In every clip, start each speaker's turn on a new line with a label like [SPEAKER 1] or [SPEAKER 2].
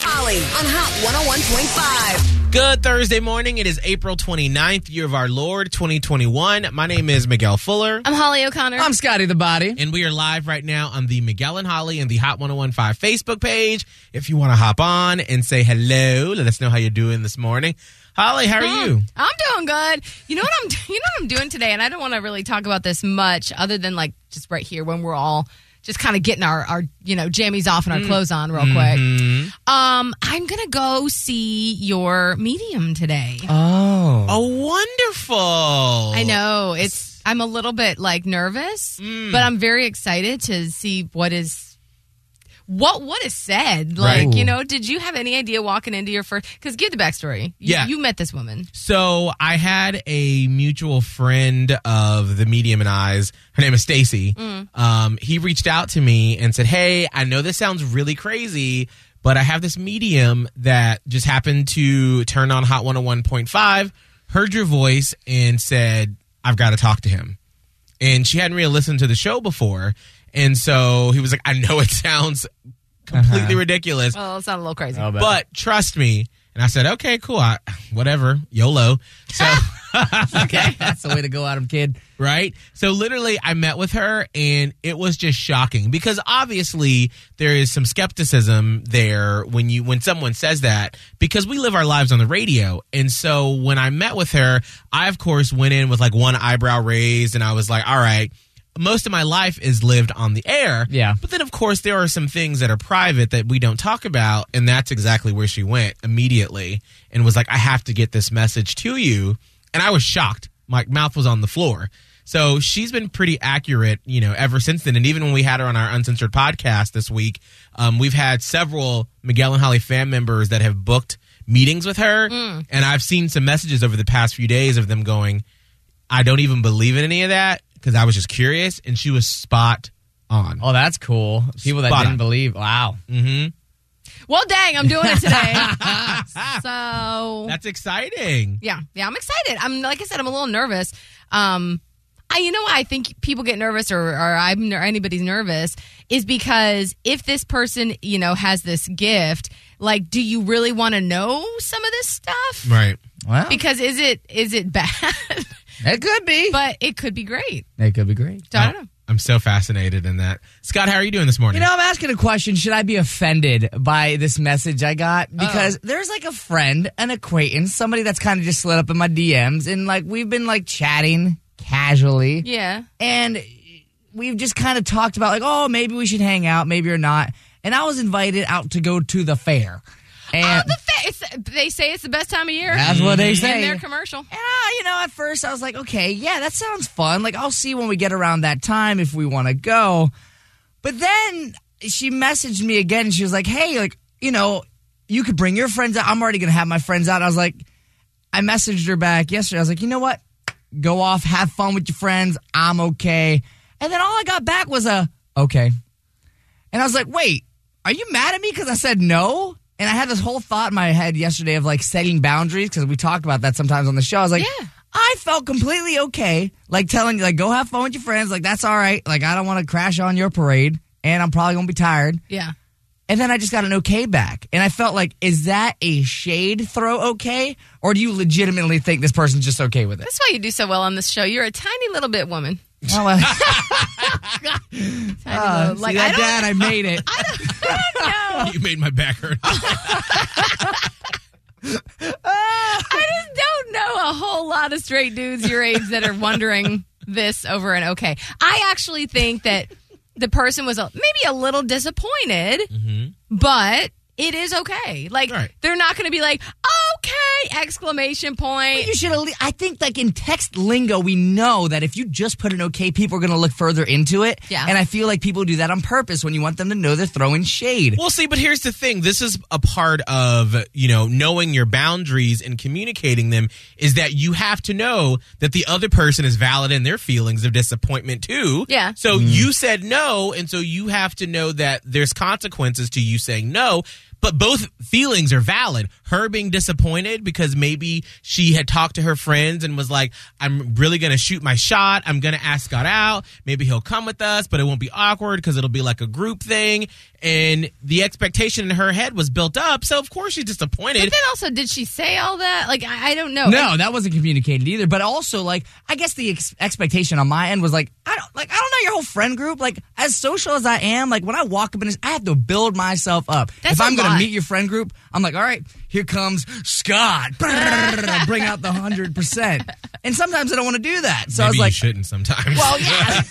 [SPEAKER 1] Holly on Hot 101.5.
[SPEAKER 2] Good Thursday morning. It is April 29th, year of our Lord 2021. My name is Miguel Fuller,
[SPEAKER 3] I'm Holly O'Connor.
[SPEAKER 4] I'm Scotty the Body.
[SPEAKER 2] and we are live right now on the Miguel and Holly and the Hot 1015 Facebook page. If you want to hop on and say hello, let us know how you're doing this morning. Holly, how are you?
[SPEAKER 3] Ah, I'm doing good. You know what I'm you know what I'm doing today, and I don't want to really talk about this much other than like just right here when we're all just kind of getting our, our you know jammies off and
[SPEAKER 2] Mm.
[SPEAKER 3] our clothes on real quick.
[SPEAKER 2] Mm-hmm.
[SPEAKER 3] Um, I'm gonna go see your medium today.
[SPEAKER 4] Oh.
[SPEAKER 2] Oh, wonderful.
[SPEAKER 3] I know it's I'm a little bit like nervous,
[SPEAKER 2] Mm.
[SPEAKER 3] but I'm very excited to see what is what what is said. Like
[SPEAKER 2] Right.
[SPEAKER 3] you know, did you have any idea walking into your first? Because give the backstory. You-
[SPEAKER 2] Yeah.
[SPEAKER 3] you met this woman.
[SPEAKER 2] So I had a mutual friend of the medium and I's. Her name is Stacy. Um, he reached out to me and said, "Hey, I know this sounds really crazy, but I have this medium that just happened to turn on Hot 101.5, heard your voice, and said I've got to talk to him." And she hadn't really listened to the show before, and so he was like, "I know it sounds completely ridiculous,
[SPEAKER 3] Well, it sounded a little crazy.
[SPEAKER 2] but trust me." And I said, "Okay, cool. I, whatever, YOLO." So.
[SPEAKER 4] okay. That's the way to go, Adam Kid.
[SPEAKER 2] right? So literally, I met with her, and it was just shocking because obviously there is some skepticism there when you when someone says that because we live our lives on the radio, and so when I met with her, I of course went in with like one eyebrow raised, and I was like, all right. Most of my life is lived on the air.
[SPEAKER 4] Yeah.
[SPEAKER 2] But then, of course, there are some things that are private that we don't talk about. And that's exactly where she went immediately and was like, I have to get this message to you. And I was shocked. My mouth was on the floor. So she's been pretty accurate, you know, ever since then. And even when we had her on our Uncensored podcast this week, um, we've had several Miguel and Holly fan members that have booked meetings with her. And I've seen some messages over the past few days of them going, I don't even believe in any of that because I was just curious. And she was spot on.
[SPEAKER 4] Oh, that's cool. People that
[SPEAKER 2] Spot
[SPEAKER 4] didn't
[SPEAKER 2] on.
[SPEAKER 4] believe. Wow.
[SPEAKER 3] Well, dang, I'm doing it today. so
[SPEAKER 2] That's exciting.
[SPEAKER 3] yeah, yeah, I'm excited. I'm like I said, I'm a little nervous. Um, I you know why I think people get nervous or or I'm or anybody's nervous is because if this person you know has this gift, like, do you really want to know some of this stuff?
[SPEAKER 2] Right.
[SPEAKER 4] Wow.
[SPEAKER 3] Because is it is it bad?
[SPEAKER 4] it could be.
[SPEAKER 3] but it could be great.
[SPEAKER 4] it could be great.
[SPEAKER 3] So I don't know.
[SPEAKER 2] I'm so fascinated in that. Scott, how are you doing this
[SPEAKER 4] You
[SPEAKER 2] morning?
[SPEAKER 4] know, I'm asking a question. Should I be offended by this message I got? Because there's like a friend, an acquaintance, somebody that's kind of just slid up in my DMs, and like we've been like chatting casually.
[SPEAKER 3] Yeah.
[SPEAKER 4] and we've just kind of talked about like, oh, maybe we should hang out, maybe or not. And I was invited out to go to the fair,
[SPEAKER 3] Oh,
[SPEAKER 4] and
[SPEAKER 3] the fa- it's, they say it's the best time of year.
[SPEAKER 4] that's what they say.
[SPEAKER 3] in their commercial.
[SPEAKER 4] And I, you know, at first I was like, okay, yeah, that sounds fun. Like, I'll see when we get around that time if we want to go. But then she messaged me again. And she was like, hey, like, you know, you could bring your friends out. I'm already going to have my friends out. I was like, I messaged her back yesterday. I was like, you know what? Go off, have fun with your friends. I'm okay. And then all I got back was a, okay. And I was like, wait, are you mad at me because I said no? And I had this whole thought in my head yesterday of like setting boundaries because we talk about that sometimes on the show. I was like,
[SPEAKER 3] Yeah.
[SPEAKER 4] I felt completely okay, like telling you, like, go have fun with your friends. Like, that's all right. Like, I don't want to crash on your parade and I'm probably going to be tired.
[SPEAKER 3] Yeah.
[SPEAKER 4] And then I just got an okay back. And I felt like, is that a shade throw okay? Or do you legitimately think this person's just okay with it?
[SPEAKER 3] That's why you do so well on this show. You're a tiny little bit woman.
[SPEAKER 4] Oh, well,
[SPEAKER 3] Tiny
[SPEAKER 4] uh,
[SPEAKER 3] little, like
[SPEAKER 4] see that,
[SPEAKER 3] I don't
[SPEAKER 4] Dad, I made it.
[SPEAKER 2] you made my back hurt.
[SPEAKER 3] I just don't know a whole lot of straight dudes your age that are wondering this over and okay. I actually think that the person was a, maybe a little
[SPEAKER 4] Mm-hmm.
[SPEAKER 3] disappointed, but it is okay. Like
[SPEAKER 2] Right.
[SPEAKER 3] they're not going to be like, okay, Right? Exclamation point.
[SPEAKER 4] You should. at lea- I think, like in text lingo, we know that if you just put an okay, people are going to look further into it.
[SPEAKER 3] Yeah.
[SPEAKER 4] And I feel like people do that on purpose when you want them to know they're throwing shade.
[SPEAKER 2] Well, see, but here's the thing. This is a part of, you know, knowing your boundaries and communicating them is that you have to know that the other person is valid in their feelings of disappointment too.
[SPEAKER 3] Yeah.
[SPEAKER 2] So
[SPEAKER 4] Mm.
[SPEAKER 2] you said no, and so you have to know that there's consequences to you saying no. But both feelings are valid. Her being disappointed because maybe she had talked to her friends and was like, I'm really going to shoot my shot. I'm going to ask God out. Maybe he'll come with us, but it won't be awkward because it'll be like a group thing. And the expectation in her head was built up. So, of course, she's
[SPEAKER 3] But
[SPEAKER 2] disappointed.
[SPEAKER 3] then also, did she say all that? Like, I, I don't know.
[SPEAKER 4] No, that wasn't communicated either. But also, like, I guess the ex- expectation on my end was like, I don't like, I don't know your whole friend group. Like, as social as I am, like when I walk up in this, I have to build myself up.
[SPEAKER 3] That's
[SPEAKER 4] if I'm
[SPEAKER 3] a
[SPEAKER 4] gonna
[SPEAKER 3] lot.
[SPEAKER 4] meet your friend group, I'm like, all right, here comes Scott. Bring out the hundred percent. And sometimes I don't want to do that. So I was
[SPEAKER 2] Maybe you
[SPEAKER 4] like,
[SPEAKER 2] shouldn't sometimes.
[SPEAKER 4] well, yeah.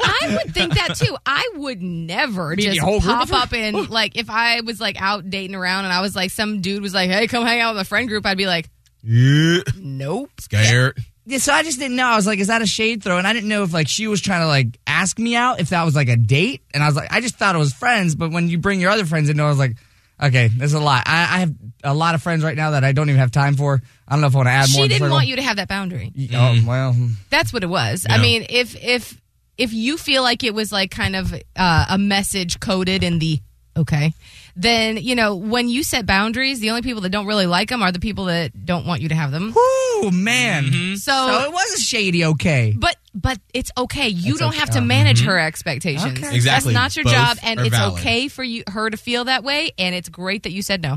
[SPEAKER 3] I would think that too. I would never
[SPEAKER 4] Meet
[SPEAKER 3] just
[SPEAKER 4] the whole group
[SPEAKER 3] pop
[SPEAKER 4] of her-
[SPEAKER 3] up and like if I was like out dating around and I was like some dude was like, "Hey, come hang out with my friend group." I'd be like,
[SPEAKER 2] Yeah.
[SPEAKER 3] "Nope."
[SPEAKER 2] Scared.
[SPEAKER 4] Yeah, so I just didn't know. I was like, is that a shade throw? And I didn't know if like she was trying to like ask me out, if that was like a date. And I was like, I just thought it was friends. But when you bring your other friends in, I was like, okay, there's a lot. I, I have a lot of friends right now that I don't even have time for. I don't know if I want to add more.
[SPEAKER 3] She
[SPEAKER 4] to the
[SPEAKER 3] didn't
[SPEAKER 4] circle.
[SPEAKER 3] want you to have that boundary.
[SPEAKER 4] Oh well,
[SPEAKER 3] That's what it was. I
[SPEAKER 2] No.
[SPEAKER 3] mean, if if if you feel like it was like kind of uh, a message coded in the okay, then you know when you set boundaries, the only people that don't really like them are the people that don't want you to have them.
[SPEAKER 4] ooh hmm. man.
[SPEAKER 3] Mm-hmm.
[SPEAKER 4] So it was a shady okay.
[SPEAKER 3] But but it's okay. You don't have to manage her expectations.
[SPEAKER 4] Okay.
[SPEAKER 2] Mm-hmm. Exactly.
[SPEAKER 3] That's not your
[SPEAKER 2] Both
[SPEAKER 3] job, and
[SPEAKER 2] are
[SPEAKER 3] it's
[SPEAKER 2] valid.
[SPEAKER 3] okay for you her to feel that way. And it's great that you said no.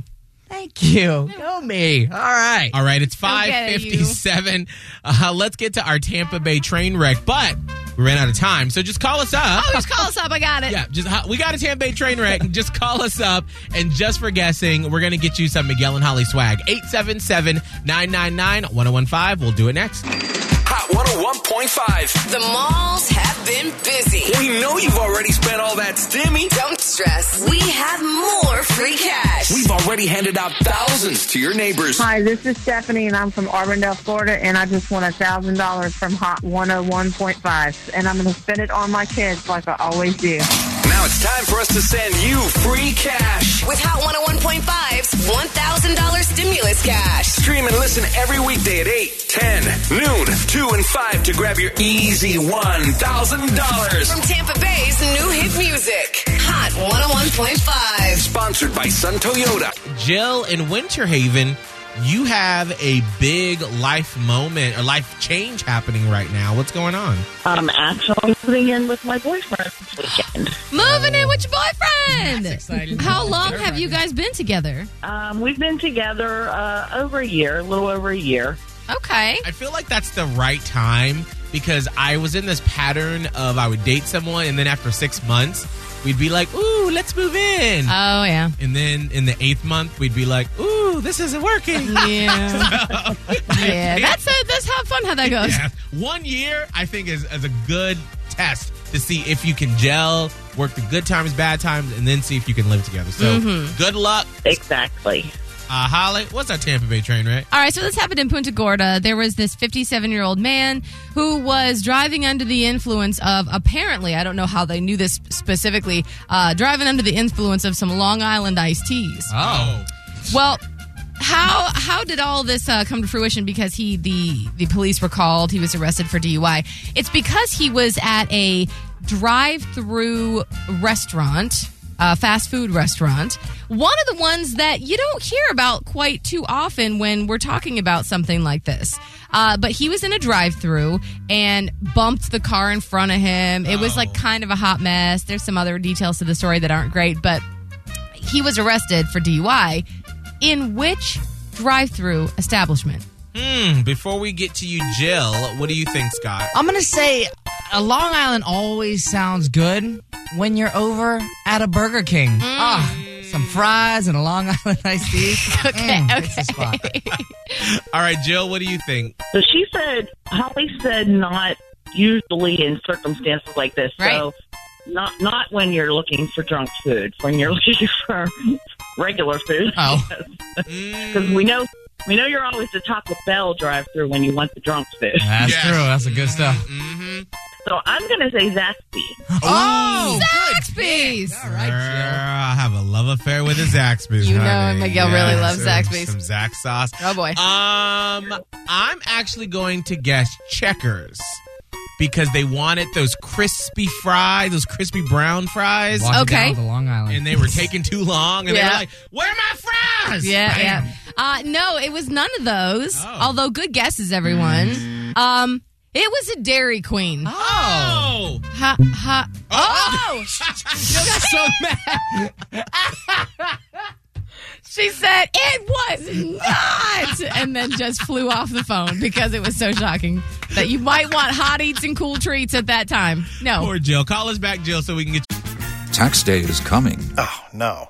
[SPEAKER 4] Thank you. Know me. All right.
[SPEAKER 2] All right, it's
[SPEAKER 3] get it, you.
[SPEAKER 2] 557. Uh, let's get to our Tampa Bay train wreck, but we ran out of time. So just call us up.
[SPEAKER 3] Oh, just call us up. I got it.
[SPEAKER 2] Yeah, just ho- we got a Tampa Bay train wreck. Just call us up, and just for guessing, we're gonna get you some Miguel and Holly swag. 877-999-1015. We'll do it next.
[SPEAKER 5] Hot 101.5.
[SPEAKER 1] The malls have been busy.
[SPEAKER 5] We know you've already spent all that stimmy.
[SPEAKER 1] Don't stress. We have more free cash.
[SPEAKER 5] We've already handed out thousands to your neighbors.
[SPEAKER 6] Hi, this is Stephanie, and I'm from Auburndale, Florida, and I just won $1,000 from Hot 101.5, and I'm going to spend it on my kids like I always do.
[SPEAKER 5] Now it's time for us to send you free cash.
[SPEAKER 1] With Hot 101.5's $1,000 stimulus cash.
[SPEAKER 5] Stream and listen every weekday at 8, 10, noon, 2, and 5 to grab your easy $1,000.
[SPEAKER 1] From Tampa Bay's new hit music. Hot 101.5.
[SPEAKER 5] Sponsored by Sun Toyota.
[SPEAKER 2] Jill in Winterhaven, you have a big life moment or life change happening right now. What's going on?
[SPEAKER 7] I'm actually moving in with my boyfriend this weekend.
[SPEAKER 3] Moving in with your
[SPEAKER 2] Oh.
[SPEAKER 3] boyfriend.
[SPEAKER 4] exciting.
[SPEAKER 3] How long have you guys been together?
[SPEAKER 7] Um, we've been together uh, over a year, a little over a year.
[SPEAKER 3] Okay.
[SPEAKER 2] I feel like that's the right time because I was in this pattern of I would date someone, and then after six months, we'd be like, "Ooh, let's move in."
[SPEAKER 3] Oh yeah.
[SPEAKER 2] and then in the eighth month, we'd be like, "Ooh, this isn't working."
[SPEAKER 3] Yeah. yeah. That's a, that's how fun how that goes.
[SPEAKER 2] Yeah. One year, I think, is, is a good test to see if you can gel, work the good times, bad times, and then see if you can live together. So, good luck,
[SPEAKER 7] Exactly.
[SPEAKER 2] uh, Holly. What's our Tampa Bay train wreck?
[SPEAKER 3] All right, so this happened in Punta Gorda. There was this 57 year old man who was driving under the influence of, apparently, I don't know how they knew this specifically, uh, driving under the influence of some Long Island iced teas.
[SPEAKER 2] Oh,
[SPEAKER 3] Well, how how did all this uh, come to fruition? Because he the the police were called. He was arrested for DUI. It's because he was at a drive-through restaurant, a fast food restaurant. One of the ones that you don't hear about quite too often when we're talking about something like this. Uh, but he was in a drive-through and bumped the car in front of him. It was like kind of a hot mess. There's some other details to the story that aren't great, but he was arrested for DUI in which drive-through establishment?
[SPEAKER 2] Hmm, before we get to you, Jill, what do you think, Scott?
[SPEAKER 4] I'm gonna say a Long Island always sounds good when you're over at a Burger King. Ah, some fries and a Long Island iced tea. Mm, okay, okay.
[SPEAKER 2] All right, Jill, what do you think?
[SPEAKER 7] So she said, Holly said, not usually in circumstances like this.
[SPEAKER 3] Right.
[SPEAKER 7] So not not when you're looking for drunk food, when you're looking for regular food.
[SPEAKER 4] Oh,
[SPEAKER 7] Because we know We know you're always the Taco Bell drive through when you want the drunk food.
[SPEAKER 4] That's
[SPEAKER 2] Yes.
[SPEAKER 4] true. That's a good stuff.
[SPEAKER 2] Mm-hmm.
[SPEAKER 7] So I'm going to say Zaxby.
[SPEAKER 2] Oh,
[SPEAKER 3] Zaxby's.
[SPEAKER 4] All
[SPEAKER 2] Girl, I have a love affair with a Zaxby's.
[SPEAKER 3] You know
[SPEAKER 2] honey.
[SPEAKER 3] Miguel really loves
[SPEAKER 2] some-
[SPEAKER 3] Zaxby's.
[SPEAKER 2] Some Zax sauce.
[SPEAKER 3] Oh, boy.
[SPEAKER 2] Um, I'm actually going to guess Checkers because they wanted those crispy fries, those crispy brown fries,
[SPEAKER 4] Walking
[SPEAKER 3] Okay.
[SPEAKER 4] down to Long Island.
[SPEAKER 2] and they were taking too long, and they
[SPEAKER 3] Yeah.
[SPEAKER 2] were like, "Where are my fries?"
[SPEAKER 3] Yeah,
[SPEAKER 2] Bam.
[SPEAKER 3] yeah. Uh, no, it was none of those.
[SPEAKER 2] Oh.
[SPEAKER 3] Although good guesses, everyone. Um, it was a Dairy Queen.
[SPEAKER 2] Ah. Oh.
[SPEAKER 3] Ha, ha. Oh,
[SPEAKER 4] so mad.
[SPEAKER 3] she said it was not, and then just flew off the phone because it was so shocking that you might want hot eats and cool treats at that time. No,
[SPEAKER 2] Poor Jill. Call us back, Jill, so we can get
[SPEAKER 8] Tax day is coming.
[SPEAKER 9] Oh, no.